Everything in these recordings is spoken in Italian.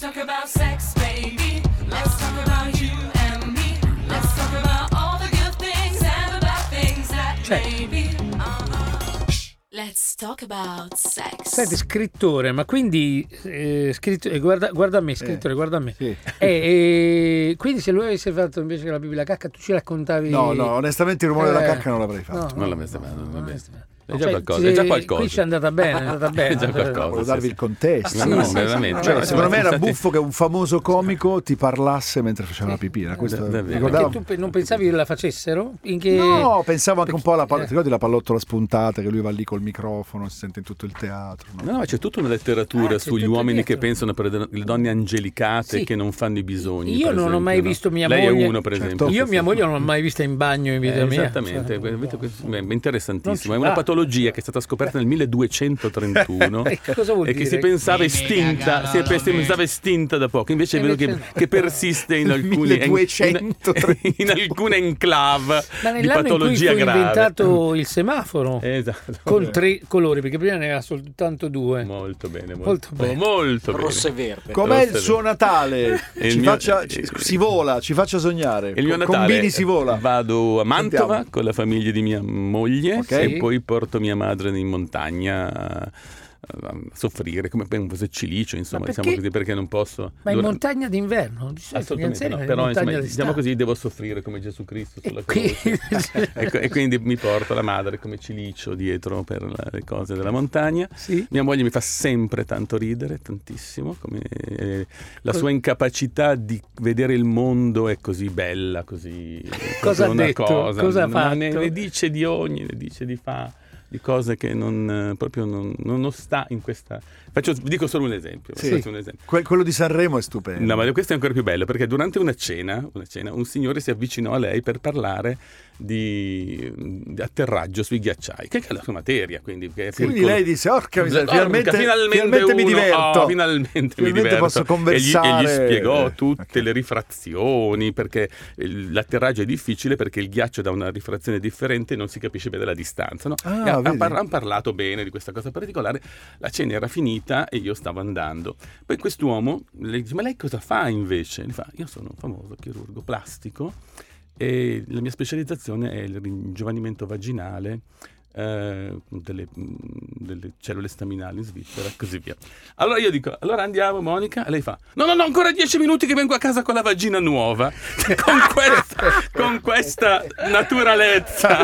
talk about sex, baby. Let's talk about you and me. Let's talk about all the good things and about things that Cioè. maybe. uh-huh. Let's talk about sex. Senti, scrittore, ma quindi eh, scrittore, guarda, guarda me, scrittore, guarda me. Eh, Sì. Eh, eh, quindi se lui avesse fatto invece che la Bibbia la cacca, tu ci raccontavi... No, no, onestamente il rumore della Eh. cacca non l'avrei fatto. No, Non la no, mette male, no, va no, bene. no. È già Cioè, qualcosa, è già sì, Qui ci è qualcosa. andata bene, è andata bene. È già qualcosa. Volevo sì, darvi sì. il contesto. No, no, Sì, sì, veramente. sì. Cioè, Cioè, secondo me era infatti- buffo che un famoso comico ti parlasse mentre faceva la pipì. Era questo. Da- Eh, davvero. Ricordavo- Perché tu pe- non pensavi che la facessero? In che... No, pensavo anche un po' alla eh. pallottola. Ti ricordi la pallottola spuntata che lui va lì col microfono, si sente in tutto il teatro. no? No, no, c'è tutta una letteratura Ah, c'è sugli tutto uomini dietro. che pensano per de- le donne angelicate Sì. che non fanno i bisogni. Io per non ho esempio, mai no? visto mia Lei moglie. è uno, per Certo. esempio. Io sì, mia sì. moglie non l'ho mai vista in bagno in vita Eh, mia. esattamente, Cioè, que- vedete, questo è Non ci interessantissimo. È una va. patologia che è stata scoperta nel 1231 E Eh, cosa vuol e dire? che si pensava estinta, si pe- si pensava estinta da poco, invece è vero che, Eh, Invece- che persiste in alcune, in- 1230. in, in alcune enclave Ma nell'anno di in cui fu patologia grave. inventato il semaforo Eh, Esatto. con tre colori, perché prima ne aveva soltanto due. Molto bene, molto, Molto bene. molto bene. rosso e verde. Com'è il Rosse- suo Natale? Il Ci mio- faccia- ci- si vola, ci faccia sognare. E il mio Con- Natale eh, Combini si vola. Vado a Mantova Sentiamo. con la famiglia di mia moglie Ok. e poi porto mia madre in montagna a a soffrire come per un fosse cilicio, insomma, Ma diciamo perché- così perché non posso Ma in dura- montagna d'inverno? Di solito gli Assolutamente anziani no, vanno in però montagna insomma, diciamo d'estate. così devo soffrire come Gesù Cristo sulla E qui- croce. Ecco, e quindi mi porto la madre come cilicio dietro per la- le cose della montagna. Sì. Mia moglie mi fa sempre tanto ridere, tantissimo, come eh, la Co- sua incapacità di vedere il mondo è così bella, così Cosa proprio ha una detto? cosa, Cosa ha ma fatto? Ne, ne dice di ogni, ne dice di fa di cose che non eh, proprio non, non- non sta in questa faccio vi dico solo un esempio, Sì. faccio un esempio. Que- quello di Sanremo è stupendo. No, ma questo è ancora più bello perché durante una cena, una cena, un signore si avvicinò a lei per parlare di, di atterraggio sui ghiacciai, che è la sua materia, quindi che è Quindi piccolo. lei disse: Orca, miseria, Porca, finalmente, Cioè, finalmente finalmente mi uno- diverto. oh, finalmente, mi Finalmente diverto. posso E gli- E gli, conversare. spiegò Eh, tutte ok. le rifrazioni perché il- l'atterraggio è difficile perché il ghiaccio da una rifrazione differente e non si capisce bene la distanza. no? Ah, E ha- ha vedi. par- hanno parlato bene di questa cosa particolare. La cena era finita e io stavo andando. Poi quest'uomo le dice: Ma lei cosa fa invece? Gli fa: Io sono un famoso chirurgo plastico e la mia specializzazione è il ringiovanimento vaginale eh, delle, mh, delle cellule staminali in Svizzera e così via. Allora io dico, allora andiamo Monica? E lei fa, no, no, no, ancora dieci minuti che vengo a casa con la vagina nuova. con, questa, con questa naturalezza,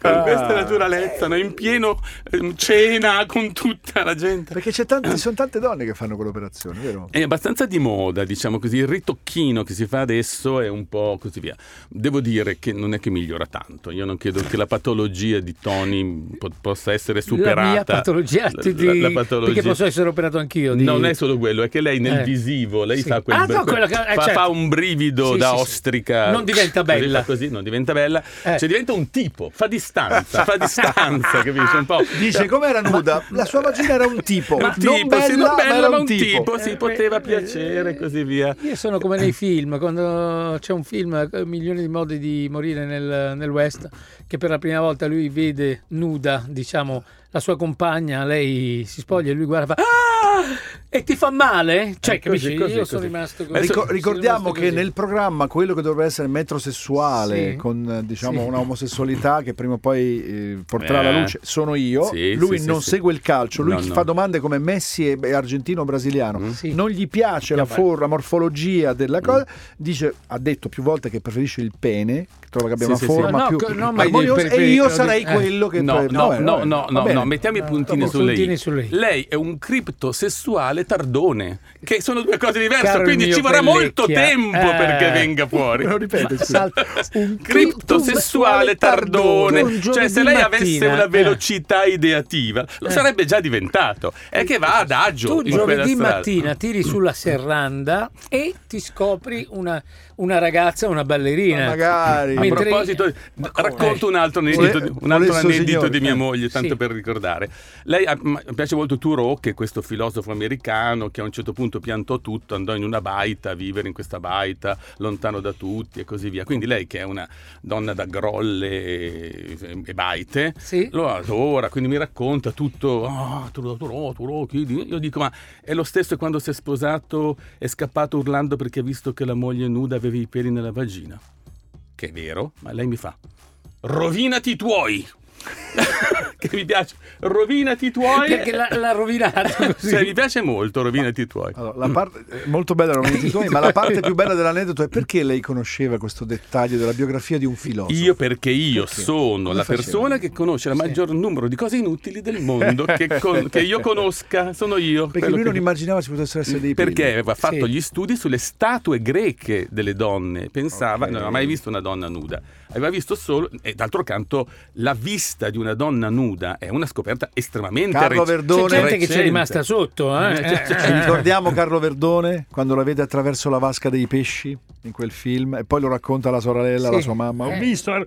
con questa naturalezza, no? in pieno ehm, cena con tutta la gente. Perché c'è tanti- ci sono tante donne che fanno quell'operazione, vero? È abbastanza di moda, diciamo così, il ritocchino che si fa adesso è un po' così via. Devo dire che non è che migliora tanto, io non credo che la patologia di Tony po- possa essere superata. La mia patologia, La- ti- la- ti- la patologia- perché posso essere operato anch'io. di- Non è solo quello, è che lei nel Eh. visivo, lei Sì. fa quel Ah, bel- no, quello che- eh, fa, certo. fa un brivido Sì, da sì, sì. ostrica. Non diventa Così fa bella. Così, non diventa bella. Eh. Cioè diventa un tipo, fa distanza, fa distanza, capisci? Un po'. Dice com'era nuda, la sua vagina era un tipo, Ma non tipo, bella, sì, non bella, ma era ma un tipo. si poteva piacere e così via. Io sono come nei film, quando c'è un film, eh, Milioni di modi di morire nel, nel West, che per la prima volta lui vede nuda, diciamo, la sua compagna, lei si spoglia e lui guarda e fa "Ah!" e ti fa male? Cioè, Eh, così, capisci? così, Io così. sono rimasto così. Ma Rico- Sono ricordiamo rimasto che così. nel programma quello che dovrebbe essere metrosessuale Sì. con eh, diciamo Sì. una omosessualità che prima o poi eh, porterà Eh. alla luce sono io, Sì, lui sì, sì, non sì. segue il calcio, lui No, chi no. fa domande come Messi è argentino o brasiliano, Sì. non gli piace la, Vabbè. for- la morfologia della cosa, dice ha detto più volte che preferisce il pene, che trova che abbia Sì, una sì, sì. forma No, no, più co- no, ma armoniosa io- e io per- sarei eh. quello che No, pre- no, vabbè, no, vabbè, no, va no, bene. no, mettiamo i puntini dopo, sulle puntini i. sulle i. Lei è un criptosessuale tardone, che sono due cose diverse, Caro il quindi mio ci vorrà molto Pellecchia. tempo Eh. perché venga fuori. Me lo ripete, scusa. Salta- Un criptosessuale Un tardone, cioè giovedì se lei mattina, avesse una eh. velocità ideativa, lo sarebbe già diventato. È che va ad agio Tu in quella giovedì strada. mattina tiri sulla serranda e ti scopri una, una ragazza, una ballerina. Ma magari. A Mentre- proposito, racconto un altro aneddoto, Vole- un altro volesso, aneddoto signore. di mia Eh. moglie, tanto Sì. ah, per ricordare. Lei ha- m- piace molto Thoreau, che è questo filosofo americano che a un certo punto piantò tutto, andò in una baita a vivere in questa baita, lontano da tutti e così via. Quindi lei che è una donna da grolle e, e baite, Sì. lo adora, "Oh, quindi mi racconta tutto, "Ah, Turò, Turò, Turò, chi di-" io dico ma è lo stesso quando si è sposato, è scappato urlando perché ha visto che la moglie nuda aveva i peli nella vagina, che è vero, ma lei mi fa, rovinati i tuoi! che mi piace, rovinati i tuoi! Perché l'ha, l'ha rovinato così. Cioè, mi piace molto, rovinati i tuoi. Allora, la parte, è molto bella la nominazione, ma la parte più bella dell'aneddoto è perché lei conosceva questo dettaglio della biografia di un filosofo. Io perché io oh, Perché? sono Come la facevi? persona che conosce il Sì. maggior numero di cose inutili del mondo che, con- che io conosca, sono io. Perché quello lui non che- immaginava ci potessero essere dei peli. perché aveva fatto Sì. gli studi sulle statue greche delle donne, pensava, Ok. non aveva mai visto una donna nuda, aveva visto solo, e d'altro canto la vista di una donna nuda è una scoperta estremamente Carlo rec- C'è Verdone. gente che c'è recente. rimasta sotto, eh? Eh, cioè, Ci ricordiamo Carlo Verdone quando la vede attraverso la vasca dei pesci in quel film e poi lo racconta alla Sì. sorella, alla sua mamma. Eh. "Ho visto, er-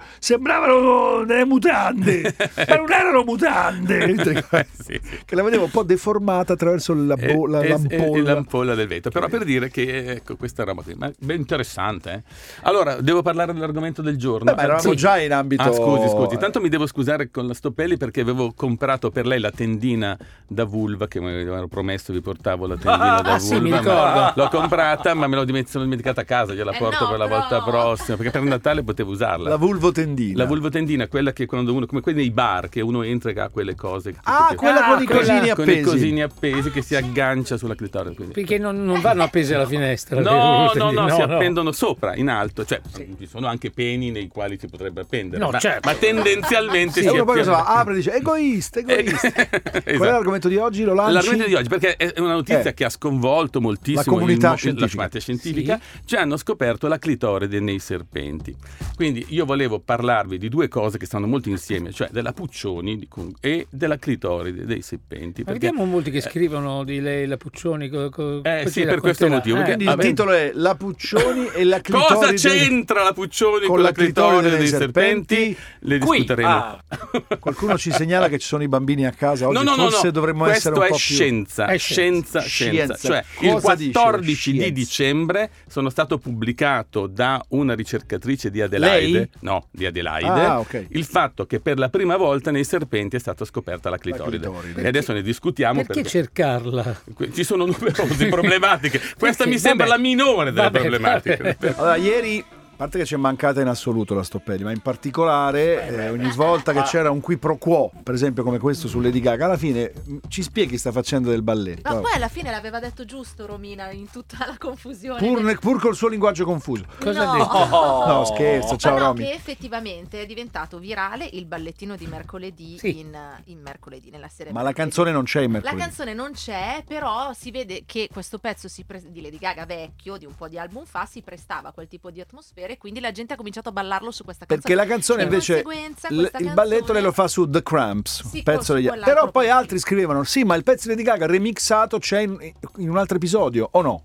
sembravano delle mutande, ma non erano mutande. visto", Sì, Eh, sì. Che la vedevo un po' deformata attraverso la, E- bo- la e- e- e lampolla. l'ampolla del vetro. Però per dire che ecco, questa roba qui, ma ben interessante. eh. Allora, devo parlare dell'argomento del giorno. Beh, ma eravamo Sì. già in ambito. Ah, scusi, scusi. Tanto mi devo scusare con la Stoppelli perché avevo comprato per lei la tendina da vulva che mi avevano promesso vi portavo la tendina da vulva. Ah, sì, mi ma ricordo. L'ho comprata, ma me l'ho diment- sono dimenticata a casa, gliela Eh porto no, per la però- volta prossima, perché per Natale potevo usarla. La vulvotendina. La vulvotendina, quella che quando uno, come quelli nei bar, che uno entra e ha quelle cose. che- Ah, che- quella Ah, con i quella- cosini con i appesi. cosini appesi che si aggancia sulla clitoride. quindi- Perché non, non vanno appese alla finestra. No, per- no, no, no, si no. appendono sopra, in alto, cioè ci sono anche peni nei quali si potrebbe appendere, No, ma, certo. ma tendenzialmente E si uno poi cosa ah, appiana- fa? Apre e dice egoista, Eh, egoista. Qual è esatto. l'argomento di oggi? Lo lanci? L'argomento di oggi, perché è una notizia Eh. che ha sconvolto moltissimo La comunità il mo- scientifica. la comunità scientifica, cioè hanno scoperto la clitoride nei serpenti. Quindi io volevo parlarvi di due cose che stanno molto insieme, cioè della Puccioni di Kung- e della clitoride dei serpenti. Ma perché- vediamo molti che eh, scrivono di lei, la Puccioni. co- co- Eh, poi sì, ci per questo racconterà. motivo, perché- Quindi Ah, il beh. titolo è La Puccioni e la clitoride. Cosa c'entra la Puccioni con, la clitoride dei serpenti? Le Qui. Ah. discuteremo. Qualcuno ci segnala che ci sono i bambini a casa oggi, No, no, no, forse no. dovremmo questo essere un è po' più scienza, È scienza, scienza. scienza, Scienza. Cioè, il Cosa dice 14 di scienza? dicembre sono stato pubblicato da una ricercatrice di Adelaide, Lei? no, di Adelaide, Ah, ok. il fatto che per la prima volta nei serpenti è stata scoperta la clitoride. clitoride. E adesso ne discutiamo Perché perché, cercarla? que- ci sono numerose problematiche. Questa Perché? mi sembra Vabbè. la minore delle Vabbè, problematiche. vabbè. Allora, ieri a parte che ci è mancata in assoluto la Stoppelli, ma in particolare eh, ogni volta ah. che c'era un qui pro quo, per esempio come questo su Lady Gaga, alla fine mh, ci spieghi sta faccenda del balletto. Ma Allora, poi alla fine l'aveva detto giusto Romina in tutta la confusione. pur, Del- ne- pur col suo linguaggio confuso. Cosa No. ha detto? No, scherzo, ciao Ma no, Romy. che effettivamente è diventato virale il ballettino di mercoledì Sì. in, in mercoledì nella serie. Ma la mercoledì. canzone non c'è in La mercoledì. canzone non c'è, però si vede che questo pezzo si pres- di Lady Gaga vecchio, di un po' di album fa, si prestava a quel tipo di atmosfere, quindi la gente ha cominciato a ballarlo su questa canzone. Perché la canzone Di invece conseguenza l- questa il balletto canzone- lei lo fa su The Cramps, Sì, un pezzo con- degli... quell'altro Però poi pezzo. altri scrivevano: "Sì, ma il pezzo di Lady Gaga remixato c'è in, in un altro episodio o no?"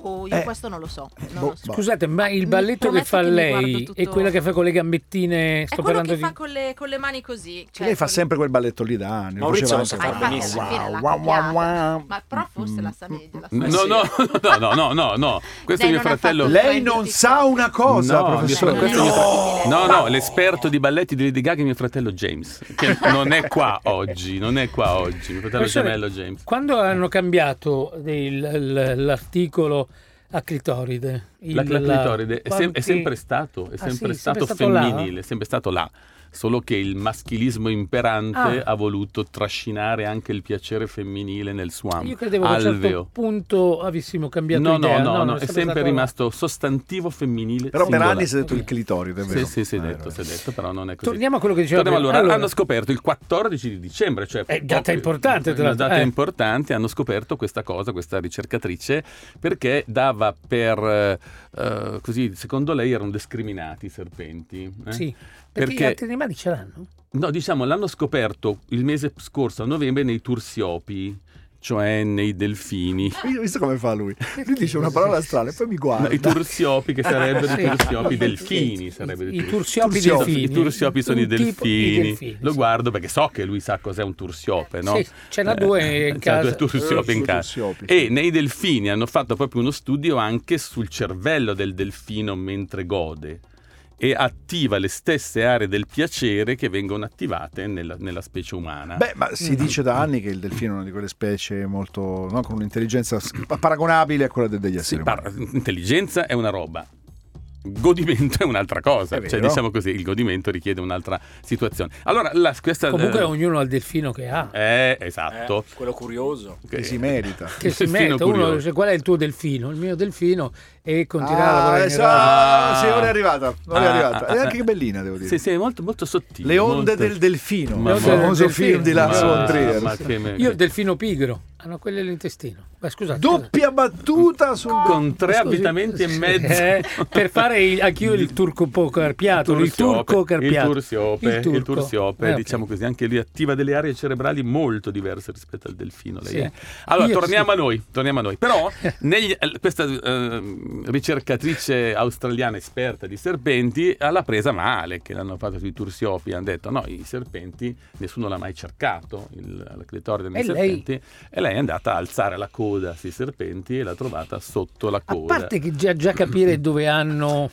Oh, io Eh. questo non lo so. non boh, lo so. boh. Scusate, ma il balletto che prometto fa che mi lei guardo e tutto- quella che fa con le gambettine, È sto quello parlando che di... fa con le, con le mani così. Che cioè lei fa con- sempre quel balletto lì da anni, lo Maurizio faceva non sa anche Ma fare prima. infatti alla benissimo. fine l'ha Wow, wow, copiata. wow. Ma però Mm, forse la sa meglio. la sa No, meglio. no, no, no, no, no, no. Questo Lei è mio non ha fratello. fatto- Lei non sa una cosa, No, professore. mio fratello- No! questo è mio fra- No, no, l'esperto di balletti di Lady Gaga è mio fratello James, che non è qua oggi, non è qua oggi, mio fratello Professore, gemello James. Quando hanno cambiato il- l- l'articolo a clitoride? il- La, la clitoride è, sem- è quanti- sempre stato, è Ah, sempre sì, stato là? femminile, è sempre stato là. Solo che il maschilismo imperante Ah. ha voluto trascinare anche il piacere femminile nel suo am- Io credevo che a un certo alveo. punto avessimo cambiato No, no, idea. no, no, non è stato sempre là. rimasto sostantivo femminile. Però per singolare. anni si è detto il clitoride, è Sì, vero? sì, si è Ah, vero. detto, si è detto, però non è così. Torniamo a quello che dicevamo Torniamo allora, ah, prima. hanno scoperto il 14 di dicembre, cioè È Eh, data importante, tra una l'altro, data eh. importante, hanno scoperto questa cosa, questa ricercatrice, perché dava per eh, eh, così, secondo lei erano discriminati i serpenti. eh? Sì, perché, Perché- gli altri animali ce l'hanno. No, diciamo, l'hanno scoperto il mese scorso, a novembre, nei Tursiopi, cioè nei delfini. Io ho visto come fa lui. Lui dice una parola strana e poi mi guarda. No, I tursiopi che sarebbero Ah, Sì. i tursiopi delfini, sarebbero I tursiopi. tursiopi Tursiopi, delfini. I tursiopi sono i Un tipo di delfini. delfini, Lo sì. guardo perché so che lui sa cos'è un tursiope, no? Sì, ce Eh, n'ha due in c'ha casa. due Eh, tursiopi in casa. E nei delfini hanno fatto proprio uno studio anche sul cervello del delfino mentre gode e attiva le stesse aree del piacere che vengono attivate nella, nella specie umana. Beh, ma si dice da anni che il delfino è una di quelle specie molto no, con un'intelligenza s- paragonabile a quella de- degli Sì, esseri par- umani. intelligenza è una roba. Godimento è un'altra cosa, È cioè vero. diciamo così, il godimento richiede un'altra situazione. Allora, la, questa Comunque eh, ognuno ha il delfino che ha. eh, esatto. Eh, quello curioso. Che si merita. Che si Delfino mette uno curioso. dice qual è il tuo delfino? Il mio delfino e continua a ah, lavorare in adesso- radio. ah, Ah. sì, ora è arrivata. Ora è Ah, arrivata. ah, è ah, anche ah. bellina, devo dire. Sì, sì, è molto, molto sottile. Le onde molto- del delfino. Ma- il ma- famoso del film di delfino. Lars von Trier. ma che me- Io il delfino pigro, hanno quelle l'intestino. Ma scusate. Doppia battuta sul con tre scusi, abitamenti e sì, mezzo eh, per fare il, anch'io il turco po- carpiato, il, turco il carpiato. tursiope, il turco. tursiope, Eh, ok. diciamo così, anche lui attiva delle aree cerebrali molto diverse rispetto al delfino. lei Sì. è. Allora, Io torniamo sì. a noi, torniamo a noi. Però, negli- eh, questa ehm, ricercatrice australiana esperta di serpenti eh, l'ha presa male, che l'hanno fatta sui tursiopi, hanno detto no, i serpenti, nessuno l'ha mai cercato, il, la clitoride dei E lei? serpenti, e lei è andata a alzare la coda sui serpenti e l'ha trovata sotto la A coda. parte che già, già capire dove hanno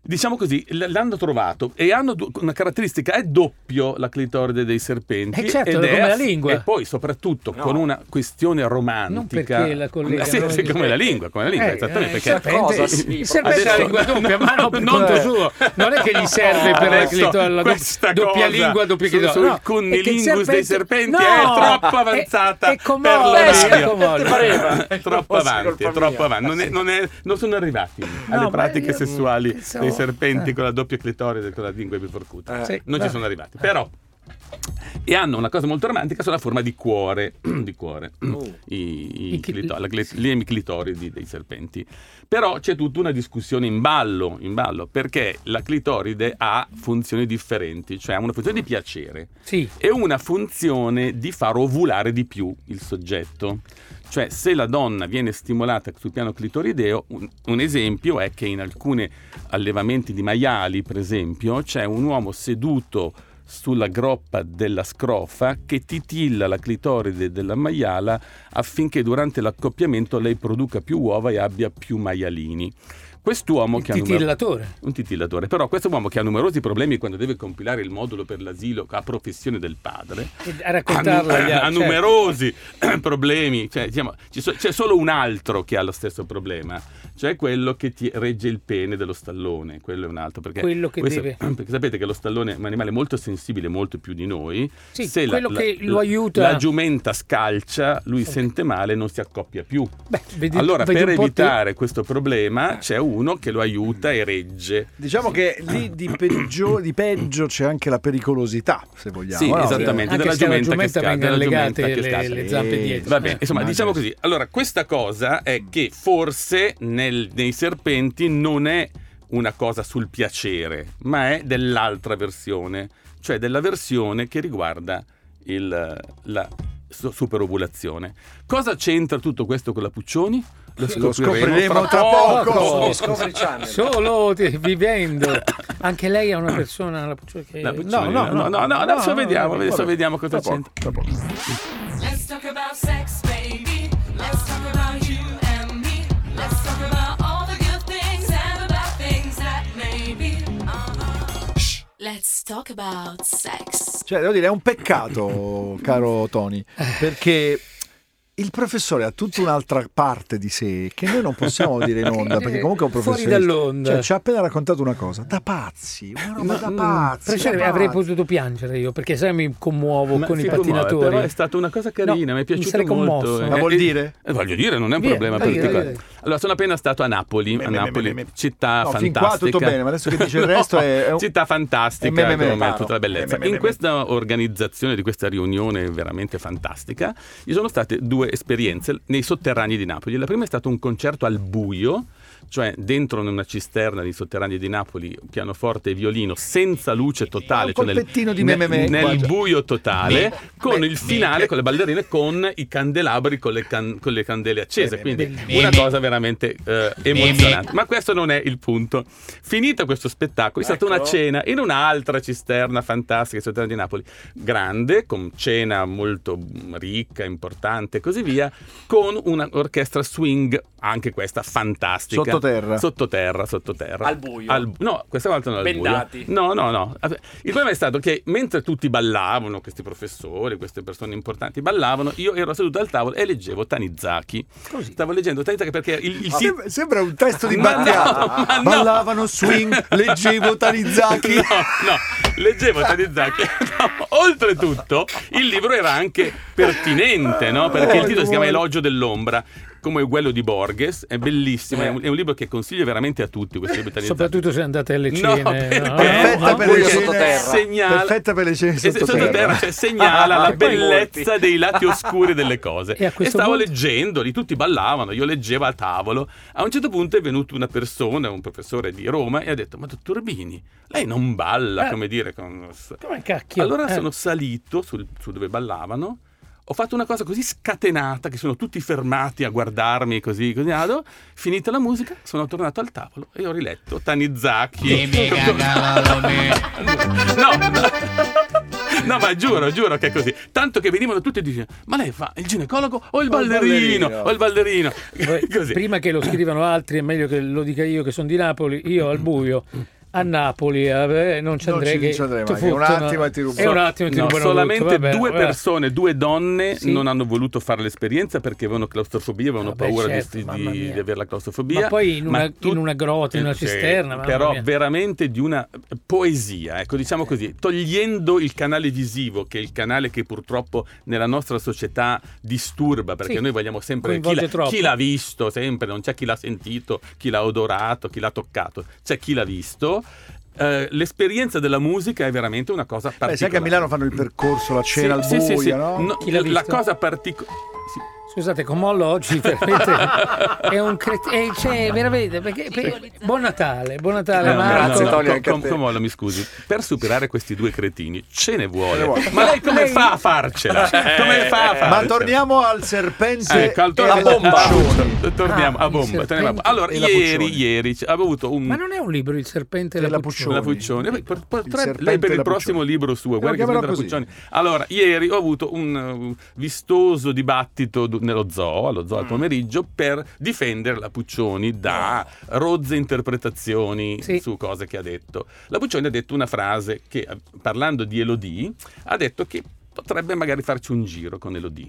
Diciamo così, l- l'hanno trovato e hanno du- una caratteristica, è doppio la clitoride dei serpenti. Eh certo, ed come è la lingua. E poi soprattutto No. con una questione romantica. Non perché la collega- Sì, sì, come la lingua, come la lingua, Eh, esattamente. eh, perché il serpente- Cosa? Sì, il serpente ha la adesso- lingua doppia, ma no, per No, conto eh. suo. Non è che gli serve per la Adesso clito- la do- questa doppia cosa lingua, doppia sul- clito- sul no, è che il cunnilingus dei serpenti No, è troppo è- avanzata È, comodo, per l'orario. è comodo. Ti pareva? troppo Fosse avanti, colpa troppo mia. avanti. Non, è- non è- non sono arrivati alle Ah, ma pratiche io sessuali pensavo- dei serpenti eh. con la doppia clitoride e con la lingua biforcuta. Eh. Sì, non ci va. sono arrivati. Però e hanno una cosa molto romantica sulla forma di cuore, di cuore. I, i Oh. I cli- clito- la cli- sì. gli emiclitoridi dei serpenti. Però c'è tutta una discussione in ballo, in ballo, perché la clitoride ha funzioni differenti, cioè ha una funzione di piacere Sì, e una funzione di far ovulare di più il soggetto. Cioè, se la donna viene stimolata sul piano clitorideo, un, un esempio è che in alcuni allevamenti di maiali, per esempio, c'è un uomo seduto sulla groppa della scrofa che titilla la clitoride della maiala affinché durante l'accoppiamento lei produca più uova e abbia più maialini. Quest'uomo il che ha numero- titillatore. un titillatore. Però questo uomo che ha numerosi problemi quando deve compilare il modulo per l'asilo a professione del padre, E- A ha, raccontarla agli altri, ha certo. numerosi problemi. Cioè, diciamo, ci so- c'è solo un altro che ha lo stesso problema, cioè quello che ti regge il pene dello stallone. Quello è un altro. Perché, Quello che deve- perché sapete che lo stallone è un animale molto sensibile, molto più di noi. Sì, Se la- quello la- che lo la- aiuta. La giumenta scalcia, lui sente male e non si accoppia più. Beh, vedi- allora, vedi per un po' te. evitare questo problema, c'è uno che lo aiuta e regge. Diciamo che lì di peggio, di peggio c'è anche la pericolosità, se vogliamo. Sì, no? esattamente, Anche della se alla giumenta che giumenta scappa, vengono della giumenta legate che le- scappa. le zampe Sì. dietro. Va bene, Eh. insomma, immagino. diciamo così. Allora, questa cosa è che forse nel- nei serpenti non è una cosa sul piacere, ma è dell'altra versione, cioè della versione che riguarda il- la su- superovulazione. Cosa c'entra tutto questo con la Puccioni? Lo scopriremo tra poco. poco. Su Discovery Channel. Solo te- vivendo. Anche lei è una persona. la Puccioni, che- La Puccioni, no, no, no, no, adesso vediamo, adesso vabbè. vediamo cosa Tra poco, c'entra. tra poco. Let's talk about sex, baby. Let's talk about you and me. Let's talk about all the good things and about things that may be. Uh-huh. Let's talk about sex. Cioè, devo dire, è un peccato, caro Tony, Eh. perché il professore ha tutta un'altra parte di sé che noi non possiamo dire in onda, perché comunque è un Fuori professore. dall'onda. Cioè, ci ha appena raccontato una cosa, da pazzi, una roba da Mm, pazzi. professore, da avrei pazzi. potuto piangere io perché sai mi commuovo Ma con i si commuove, pattinatori. Però è stata una cosa carina, No, mi è mi piaciuta sarei molto. commosso. eh. Ma vuol dire? Eh, voglio dire, non è un Via, problema dai, dai, particolare. dai. Allora, sono appena stato a Napoli, Me, a me, me, Napoli, me, me. città No, fin fantastica. qua tutto bene, ma adesso che dice il resto è- è un- Città fantastica, è me, me, me, come paro. tutta la Me, bellezza. me, me, In me. questa organizzazione di questa riunione veramente fantastica, ci sono state due esperienze nei sotterranei di Napoli. La prima è stato un concerto al buio, cioè dentro una cisterna nei sotterranei di Napoli, pianoforte e violino, senza luce totale, Un cioè nel, colpettino di me, me, me, nel qua già. buio totale, Me, con me, il me. finale, con le ballerine, con i candelabri, con le, can- con le candele accese. Me, me, Quindi me, una me. cosa veramente eh, emozionante. Ma questo non è il punto. Finito questo spettacolo, è Ecco. stata una cena in un'altra cisterna fantastica, cisterna di Napoli, grande, con cena molto mm, ricca, importante e così via, con un'orchestra swing, anche questa fantastica. Sottoterra. Sottoterra, sottoterra. Al buio. Al- no, questa volta non al Bendati. buio. No, no, no. Il problema è stato che mentre tutti ballavano, questi professori, queste persone importanti ballavano, io ero seduto al tavolo e leggevo Tanizaki. Stavo leggendo Tanizaki perché il, Ah. il titolo... Sembra, sembra un testo di Ma no, Battiato. ma no. Ballavano swing, leggevo Eh, Tanizaki. No, no, leggevo Tanizaki. No, Oltretutto, il libro era anche pertinente, no? Perché Oh, il titolo si chiama Elogio dell'ombra, come quello di Borges, è Eh. bellissimo, è un, è un libro che consiglio veramente a tutti questo libro di Tanizaki. Soprattutto se andate alle No, cene. Eh, perché? Perfetta Ah, per pure le sottoterra. cene Segnala- Perfetta per le cene E se- sottoterra. sottoterra, cioè, segnala la E poi bellezza molti. dei lati oscuri delle cose. E a E, questo stavo punto? leggendoli, tutti ballavano, io leggevo a tavolo. A un certo punto è venuto una persona, un professore di Roma, e ha detto: Ma dottor Bini, lei non balla, Eh. come dire, con... Come cacchio? Allora Eh. sono salito sul, su dove ballavano. Ho fatto una cosa così scatenata che sono tutti fermati a guardarmi così, così ado. finita la musica, sono tornato al tavolo e ho riletto Tanizaki. no, no. No, ma giuro, giuro che è così. Tanto che venivano tutti e dicevano: Ma lei fa il ginecologo o il ballerino? ballerino." O il ballerino. Poi, così. Prima che lo scrivano altri, è meglio che lo dica io che sono di Napoli, io al buio. A Napoli eh, non ci Non andrei. ci- che ci andrei ti mai, che un fottono. attimo e ti rubano. È un attimo e ti No, rubano solamente tutto, vabbè, due vabbè. persone, due donne Sì. non hanno voluto fare l'esperienza perché avevano claustrofobia, avevano Vabbè, paura di- certo, di, mamma mia. di avere la claustrofobia. Ma poi in una- tu- in una grota, in una Eh, sì, cisterna, mamma Però mia. veramente di una poesia, ecco, diciamo così, togliendo il canale visivo, che è il canale che purtroppo nella nostra società disturba, perché Sì, noi vogliamo sempre chi coinvolge l'ha, troppo. chi l'ha visto, sempre, non c'è chi l'ha sentito, chi l'ha odorato, chi l'ha toccato, c'è chi l'ha visto. Eh, l'esperienza della musica è veramente una cosa particolare. Beh, sai che a Milano fanno il percorso, la cena al Sì, buio, sì, sì, sì. no? No, Chi l'ha la visto? cosa particolare. Scusate, Comollo oggi veramente è un cretino. Cioè, veramente. perché- per- buon Natale, buon Natale, Marco. grazie, Tony, anche a te. mi scusi. Per superare questi due cretini ce Ce ne ne vuole. vuole. Eh, Ma lei come fa a farcela? Come fa a farcela? Ma torniamo al serpente Ecco, al e tor- alle piccioni. bomba. Torniamo Ah, a il bomba. torniamo a bomba. serpente Allora, e la ieri, Puccioni. ieri c- avevo avuto un Ma non è un libro, Il serpente e la, Della Puccioni. la Puccioni. Puccioni. Beh, per- potrebbe- serpente lei per il della prossimo Puccioni. libro suo, Lo guarda che chiamerò serpente della così. Puccioni. Allora, ieri ho avuto un eh, vistoso dibattito du- nello zoo, allo zoo Mm. al pomeriggio, per difendere la Puccioni da rozze interpretazioni Sì. su cose che ha detto. La Puccioni ha detto una frase che, eh, parlando di Elodie, ha detto che potrebbe magari farci un giro con Elodie.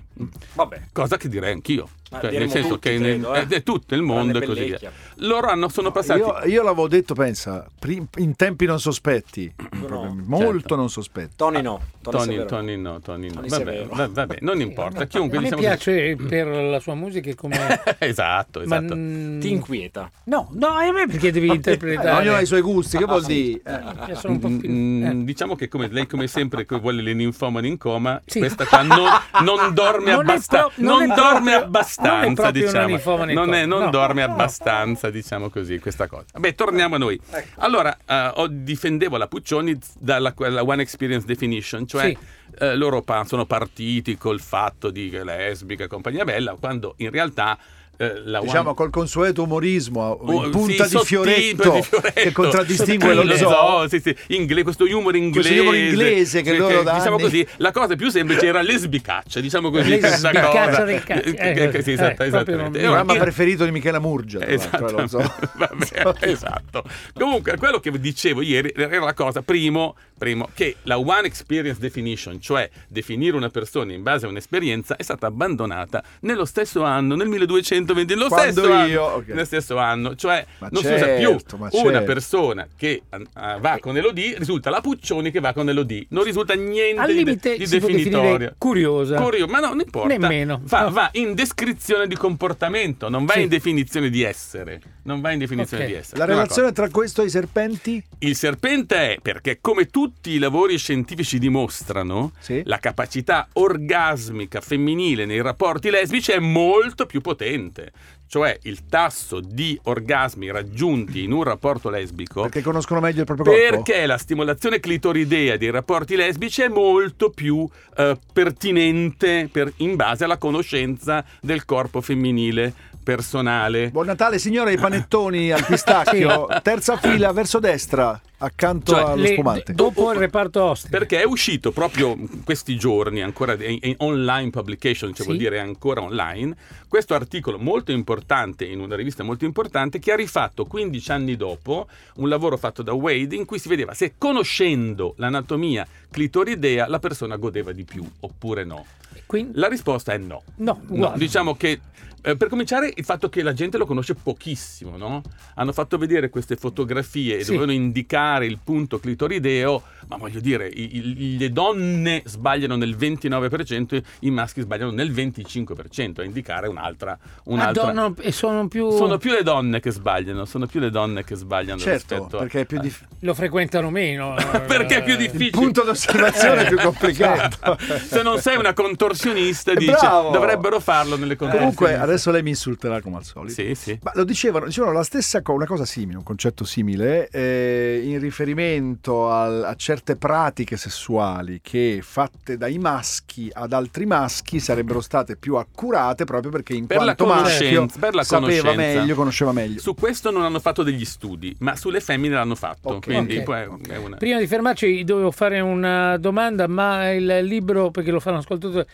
Vabbè. Cosa che direi anch'io. Ma Cioè, nel diremmo senso tutti, che credo, nel- eh. eh, tutto il mondo e Tranne così via. Pellecchia. Loro hanno, sono passati... Io, io l'avevo detto, pensa, prim- in tempi non sospetti, proprio molto Certo. non sospetti. Tony no. Tony, Tony, Severo. Tony no, Tony no. Tony Vabbè, Severo. va- vabbè, non importa. Chiunque A me diciamo piace per la sua musica e come. che- esatto, ma, esatto. mm, Ti inquieta. no, no, a me perché devi Eh, ognuno ha interpretare. i suoi gusti, Ah, che vuol dire? Eh, Eh, sono un po' più- Mm, eh. Diciamo che come lei come sempre che vuole le ninfomane in coma, Sì. questa qua non, non dorme Non è abbastanza, pro- non non, è dorme proprio- non è abbastanza, proprio una diciamo. ninfomane in Non, è- coma, non no. dorme No. abbastanza, diciamo così, questa cosa. Beh, torniamo a noi. Ecco. Allora, eh, ho- difendevo la Puccioni dalla quella One Experience Definition, cioè Sì. eh, loro pa- sono partiti col fatto di che è lesbica e compagnia bella, quando in realtà eh, la Diciamo One col consueto umorismo Oh, in punta sì, di, sottile, fioretto, di Fioretto. che contraddistingue Sottile, esatto. Oh, lo zoo. sì, sì, ingle- questo humor inglese. Questo humor inglese che loro da Diciamo anni- così, la cosa più semplice era l'esbicaccia, diciamo così. questa L'esbicaccia cosa. del cazzo. Eh, eh, eh, sì, Eh, esatto, proprio non- esattamente. Il E ora- programma eh, preferito di Michela Murgia, tra l'altro, Esatto, lo zoo. Vabbè, esatto. Comunque, quello che dicevo ieri era la cosa, primo, primo, che la One Experience Definition, cioè definire una persona in base a un'esperienza, è stata abbandonata nello stesso anno, nel 120 lo Quando stesso anno, io- ok. nello stesso anno, cioè Ma non si usa certo, più ma una certo. persona che ah, va con Elodie risulta la Puccioni che va con Elodie, non risulta niente Al di- limite di si può definitorio. definire curiosa. Curio- ma no, non importa. Nemmeno. Va, No. va in descrizione di comportamento, non va Sì. in definizione di essere. Non va in definizione Ok. di essere. La Prima relazione tra questo e i serpenti? cosa. Il serpente è perché, come tutti i lavori scientifici dimostrano, Sì. la capacità orgasmica femminile nei rapporti lesbici è molto più potente. Cioè, il tasso di orgasmi raggiunti in un rapporto lesbico Perché conoscono meglio il proprio corpo. perché la stimolazione clitoridea dei rapporti lesbici è molto più eh, pertinente per- in base alla conoscenza del corpo femminile personale. Buon Natale signore, i panettoni al pistacchio, terza fila verso destra, accanto Cioè, allo Le- spumante. dopo il reparto ospite. Perché è uscito proprio questi giorni, ancora è in online publication, cioè Sì. vuol dire è ancora online, questo articolo molto importante in una rivista molto importante che ha rifatto 15 anni dopo un lavoro fatto da Wade in cui si vedeva se conoscendo l'anatomia clitoridea la persona godeva di più oppure no. Quindi, La risposta è no. no, No, guarda. diciamo che eh, per cominciare il fatto che la gente lo conosce pochissimo, no? Hanno fatto vedere queste fotografie e Sì. dovevano indicare il punto clitorideo, ma voglio dire, i- i- le donne sbagliano nel 29%, i maschi sbagliano nel 25% a indicare un'altra... un'altra... Madonna, Ah, e sono uh. più... Sono più le donne che sbagliano, sono più le donne che sbagliano Certo, rispetto a- Ah, perché è più dif- Lo frequentano meno. perché è più Eh, difficile. Certo. il punto d'osservazione è più complicato. Esatto. Se non sei una contorsionista, Eh, dice, bravo. Eh, dovrebbero farlo nelle contorsioni. Comunque adesso lei mi insulterà come al solito. Eh, Sì, sì. Ma lo dicevano, dicevano la stessa cosa, una cosa simile, un concetto simile, eh, in riferimento al- a certe pratiche sessuali che fatte dai maschi ad altri maschi sarebbero state più accurate proprio perché in Per la quanto maschio conoscenza, per la sapeva conoscenza. meglio, conosceva meglio. Su questo non hanno fatto degli studi, ma sulle femmine l'hanno fatto. Ok. Quindi Ok. poi è- è una- Prima di fermarci dovevo fare una domanda, ma il libro, perché lo fanno ascoltatore,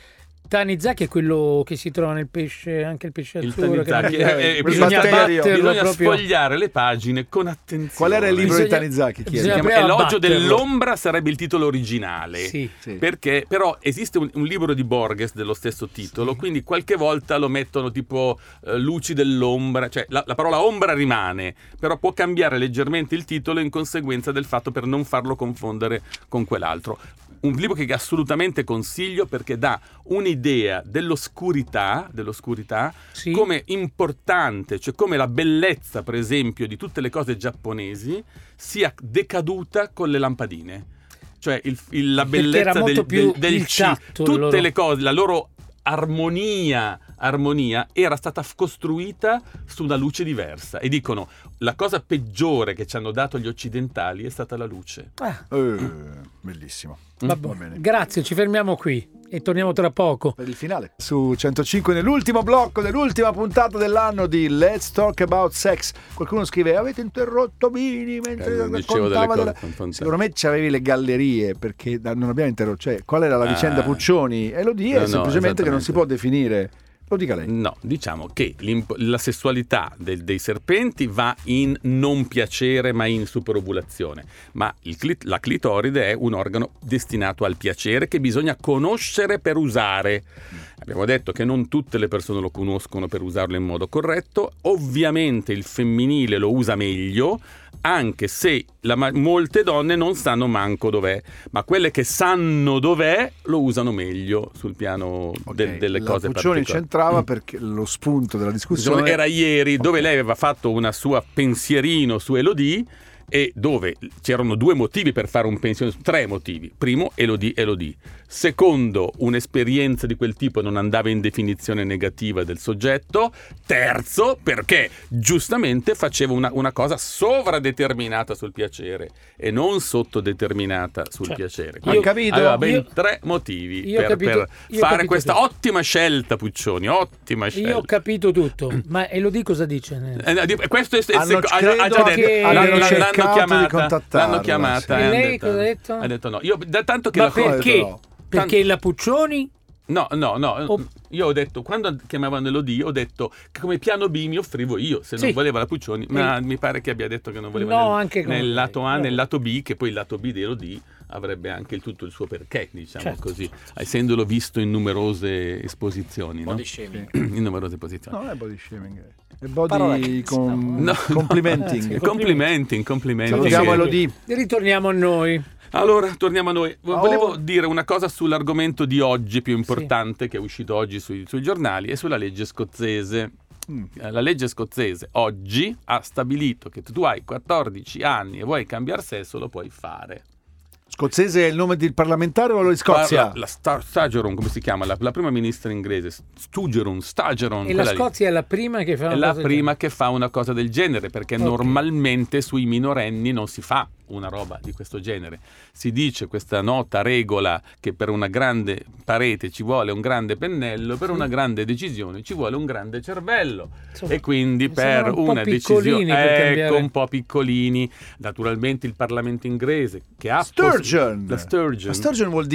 Tanizaki è quello che si trova nel pesce, anche il pesce Il azzurro. che Tanizaki, bisogna- eh, eh, bisogna il batterio. batterlo Bisogna proprio. sfogliare le pagine con attenzione. Qual era il libro di Bisogna- Tanizaki? Chi Si bisogna- era? chiama Bisogna Elogio batterlo. dell'ombra sarebbe il titolo originale. Sì. Sì. Perché però esiste un, un libro di Borges dello stesso titolo, quindi qualche volta lo mettono tipo eh, luci dell'ombra, cioè la, la parola ombra rimane, però può cambiare leggermente il titolo in conseguenza del fatto per non farlo confondere con quell'altro. Un libro che assolutamente consiglio perché dà un'idea dell'oscurità, dell'oscurità Sì. come importante, cioè come la bellezza, per esempio, di tutte le cose giapponesi sia decaduta con le lampadine. Cioè il- il- la Perché era bellezza del, molto più del- del il chi, tatto, il tutte loro- le cose, la loro armonia, armonia era stata f- costruita su una luce diversa. E dicono la cosa peggiore che ci hanno dato gli occidentali è stata la luce. Ah, Eh, bellissimo. vabbè. Va bene. Grazie, ci fermiamo qui e torniamo tra poco. per il finale su 105 nell'ultimo blocco dell'ultima puntata dell'anno di Let's Talk About Sex qualcuno scrive avete interrotto Bini mentre Eh, dicevo delle raccontava cose della-" fantastiche. secondo me c'avevi le gallerie perché da- non abbiamo interrotto cioè qual era la Ah. vicenda Puccioni e lo No, dice no, semplicemente che non esattamente. si può definire lo dica lei No, diciamo che l'imp- la sessualità del- dei serpenti va in non piacere ma in superovulazione, ma il clit- la clitoride è un organo destinato al piacere che bisogna conoscere per usare. Abbiamo detto che non tutte le persone lo conoscono per usarlo in modo corretto, ovviamente il femminile lo usa meglio, anche se la ma- molte donne non sanno manco dov'è, ma quelle che sanno dov'è lo usano meglio sul piano del- Ok, delle la cose Puccioni particolari. c'entrava perché lo spunto della Diciamo, discussione era ieri dove Ok. lei aveva fatto una sua pensierino su Elodie e dove c'erano due motivi per fare un pensiero, tre motivi. Primo, Elodie, Elodie. Secondo, un'esperienza di quel tipo non andava in definizione negativa del soggetto. Terzo, perché giustamente faceva una, una cosa sovradeterminata sul piacere e non sottodeterminata sul Cioè, piacere. io- Quindi Aveva ben io- tre motivi io ho per, capito- per io ho fare capito questa tutto. ottima scelta, Puccioni, ottima scelta. Io ho capito tutto, ma e lo dico cosa dice? nel- Eh, no, di- questo è il Hanno- secondo. credo Ha già detto. che- L'hanno, hanno l'hanno cercato di chiamata. contattarla, L'hanno chiamata. sì. eh, E hanno lei cosa ha detto? Ha detto no. Io, da tanto che Ma la cosa- perché? no. Perché Oh. la Puccioni? No, no, no. O- Io ho detto, quando chiamavano Elodie, ho detto che come piano B mi offrivo io. Se non Sì. voleva la Puccioni, ma mi pare che abbia detto che non voleva No, nel, anche con nel lei. lato A, No. nel lato B, che poi il lato B di Elodie avrebbe anche il- tutto il suo perché, diciamo Certo. così, essendolo visto in numerose esposizioni, no? Body shaming. in numerose esposizioni. No, non è body shaming, è body Parola che- con- No, complimenting. no. Complimenti, complimenti. Salutiamo Elodie. Ritorniamo a noi. Allora, torniamo a noi. Vo- Oh. Volevo dire una cosa sull'argomento di oggi più importante che è uscito oggi sui, sui giornali e sulla legge scozzese. Mm. Eh, La legge scozzese oggi ha stabilito che tu hai 14 anni e vuoi cambiare sesso, lo puoi fare. Scozzese è il nome del parlamentare o lo di Scozia? La, la Star- Stageron, come si chiama? La, la prima ministra inglese, Stugeron, Stageron. E la quella lì. Scozia è la prima che fa una È la cosa del prima che fa una cosa del genere, perché Ok. normalmente sui minorenni non si fa una roba di questo genere. Si dice questa nota regola che per una grande parete ci vuole un grande pennello, per una grande decisione ci vuole un grande cervello. genere. Insomma, E quindi mi sembrano per un po' una piccolini per decisione, cambiare. ecco un po' piccolini, naturalmente il Parlamento inglese che ha Sturgeon. la Sturgeon. La Sturgeon vuol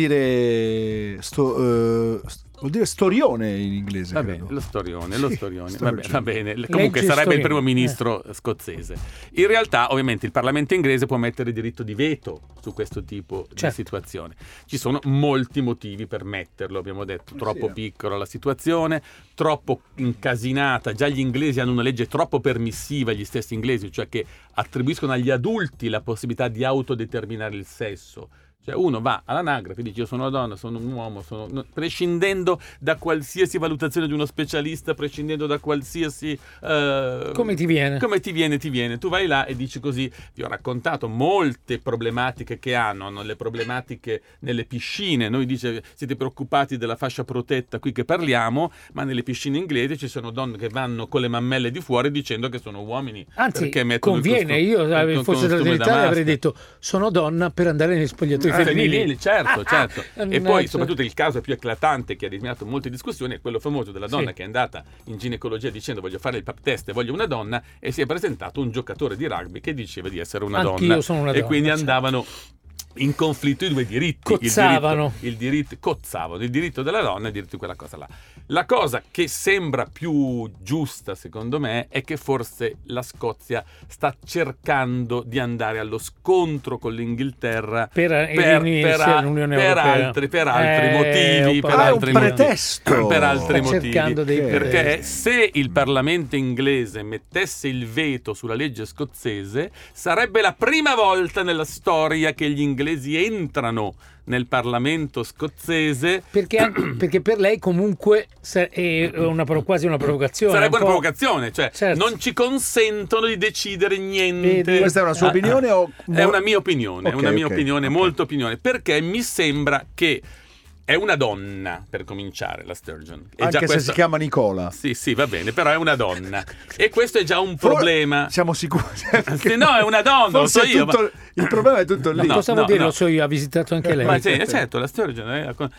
dire sto- eh, st- vuol dire storione in inglese. Va credo. bene, lo storione, lo Sì, storione. Va Sturgeon. bene, va bene. Legge Comunque sarebbe il storione. primo ministro eh, scozzese. In realtà, ovviamente, il Parlamento inglese può mettere diritto di veto su questo tipo di Certo. situazione. Ci sono molti motivi per metterlo, abbiamo detto. Eh Troppo sì. piccola la situazione, troppo incasinata. Già gli inglesi hanno una legge troppo permissiva, gli stessi inglesi, cioè che attribuiscono agli adulti la possibilità di autodeterminare il sesso. Cioè uno va all'anagrafe e dice io sono una donna, sono un uomo, sono... no, prescindendo da qualsiasi valutazione di uno specialista, prescindendo da qualsiasi... eh, Come ti viene? come ti viene, ti viene. Tu vai là e dici così, vi ho raccontato molte problematiche che hanno, hanno le problematiche nelle piscine, noi dice siete preoccupati della fascia protetta qui che parliamo, ma nelle piscine inglesi ci sono donne che vanno con le mammelle di fuori dicendo che sono uomini. Anzi, perché mettono il conviene, costu- io il eh, con- fosse stato costume in da Italia avrei maschera. detto sono donna per andare negli spogliatoi Ah, femminili. femminili, certo, Ah, certo. ah, e mannaggia. poi soprattutto il caso più eclatante che ha risparmiato molte discussioni è quello famoso della donna Sì. che è andata in ginecologia dicendo voglio fare il pap test e voglio una donna e si è presentato un giocatore di rugby che diceva di essere una Anch'io donna sono una e donna, quindi certo. andavano in conflitto i due diritti Cozzavano. il diritto, il diritto- cozzavano il diritto della donna e il diritto di quella cosa là la cosa che sembra più giusta secondo me è che forse la Scozia sta cercando di andare allo scontro con l'Inghilterra Per, riunirsi a- all'Unione per Europea. altri, per altri Eh, motivi, ho per Ah, è un altri motivi. pretesto. Per altri Sta motivi. cercando dei Perché- Perché pretesti. se il Parlamento inglese mettesse il veto sulla legge scozzese, sarebbe la prima volta nella storia che gli inglesi entrano nel Parlamento scozzese. Perché, anche- perché per lei comunque sa- è una pro- quasi una provocazione. Sarebbe un una po'- provocazione, cioè Certo. non ci consentono di decidere niente. Vedi? Questa è una sua Ah, opinione o È una mia opinione, è Ok, una mia ok, opinione, ok. molto opinione, perché mi sembra che è una donna, per cominciare, la Sturgeon. E Anche già se questo- si chiama Nicola. Sì, sì, va bene, però è una donna. e questo è già un problema. Siamo sicuri. Se no, è una donna, lo Forse so è io, tutto- ma- Il problema è tutto lì. No, Cosa vuol no, dire? no. Lo so io, ha visitato anche lei. Ma sì, eh, certo, la Sturgeon è, la,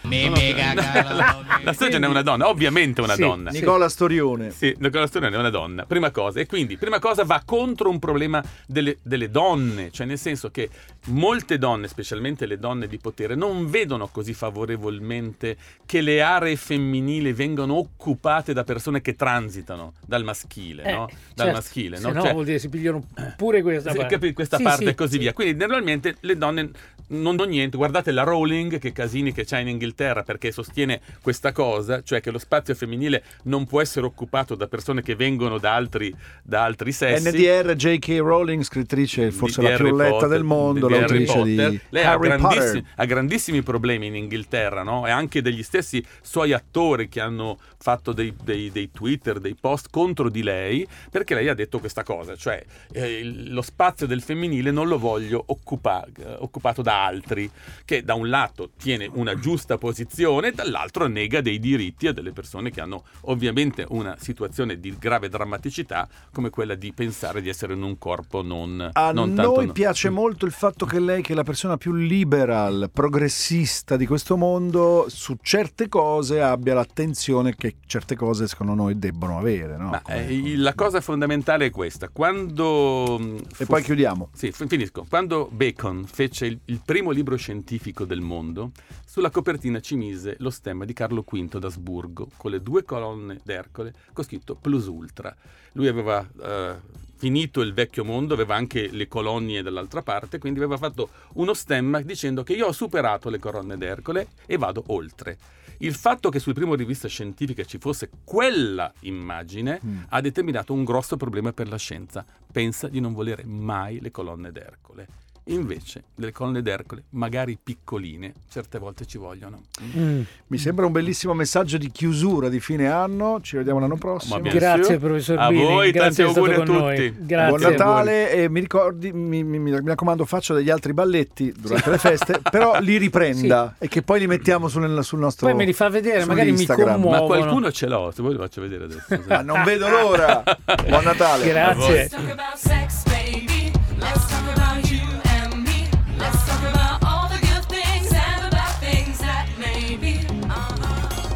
mega la, la Sturgeon è una donna, ovviamente è una Sì. donna. Nicola Storione. Sì, la colazione è una donna, prima cosa. E quindi, prima cosa, va contro un problema delle, delle donne, cioè nel senso che molte donne, specialmente le donne di potere, non vedono così favorevolmente che le aree femminili vengano occupate da persone che transitano dal maschile, Eh, no? Dal certo. maschile, Se no? no Cioè- vuol dire si pigliano pure questa sì, parte. capi- questa Sì, parte sì, e così sì. via. Quindi normalmente le donne non do niente. Guardate la Rowling, che casini che c'è in Inghilterra perché sostiene questa cosa, cioè che lo spazio femminile non può essere occupato da persone che vengono da altri, da altri sessi. NDR J.K. Rowling, scrittrice forse la Eh, Di più Harry letta Potter, del mondo, di Harry l'autrice Potter. di Lei ha Harry Potter. grandissimi, ha grandissimi problemi in Inghilterra, no? E anche degli stessi suoi attori che hanno fatto dei, dei- dei Twitter, dei post contro di lei, perché lei ha detto questa cosa, cioè eh, il- lo spazio del femminile non lo voglio occupa- eh, occupato da altri, che da un lato tiene una giusta posizione, dall'altro nega dei diritti a delle persone che hanno ovviamente una situazione di grave drammaticità come quella di pensare di essere in un corpo non... A non tanto noi no- Mm. piace molto il fatto che lei, che è la persona più liberal, progressista di questo mondo, su certe cose abbia l'attenzione che certe cose, secondo noi, debbono avere. no? Ma, Come- eh, il- la cosa fondamentale è questa. Quando. mm, mh, E fu- poi chiudiamo. Sì, fin- finisco. Quando Bacon fece il, il primo libro scientifico del mondo, sulla copertina ci mise lo stemma di Carlo V d'Asburgo con le due colonne d'Ercole con scritto Plus Ultra. Lui aveva eh, finito il vecchio mondo, aveva anche le colonie dall'altra parte, quindi aveva fatto uno stemma dicendo che io ho superato le colonne d'Ercole e vado oltre. Il fatto che sul primo rivista scientifica ci fosse quella immagine Mm. ha determinato un grosso problema per la scienza. Pensa di non volere mai le colonne d'Ercole. Invece, le colonne d'Ercole, magari piccoline, certe volte ci vogliono. Mm. Mi sembra un bellissimo messaggio di chiusura di fine anno. Ci vediamo l'anno prossimo. Ma abbiamo- Grazie Sì. professor A Bini, grazie voi, tanti che è stato auguri a con noi. tutti. Grazie. Buon Natale e mi ricordi, mi, mi- mi raccomando, faccia degli altri balletti durante le feste, però li riprenda e che poi li mettiamo sul, sul nostro Poi me li fa vedere, su magari mi Instagram. commuovo. Ma Muovono. qualcuno ce l'ho, se voi lo faccio vedere adesso. Ma non vedo l'ora. Buon Natale. Grazie. Let's talk about sex, baby. Let's talk about you and me. Let's talk about all the good things and the bad things that may be. Uh-huh.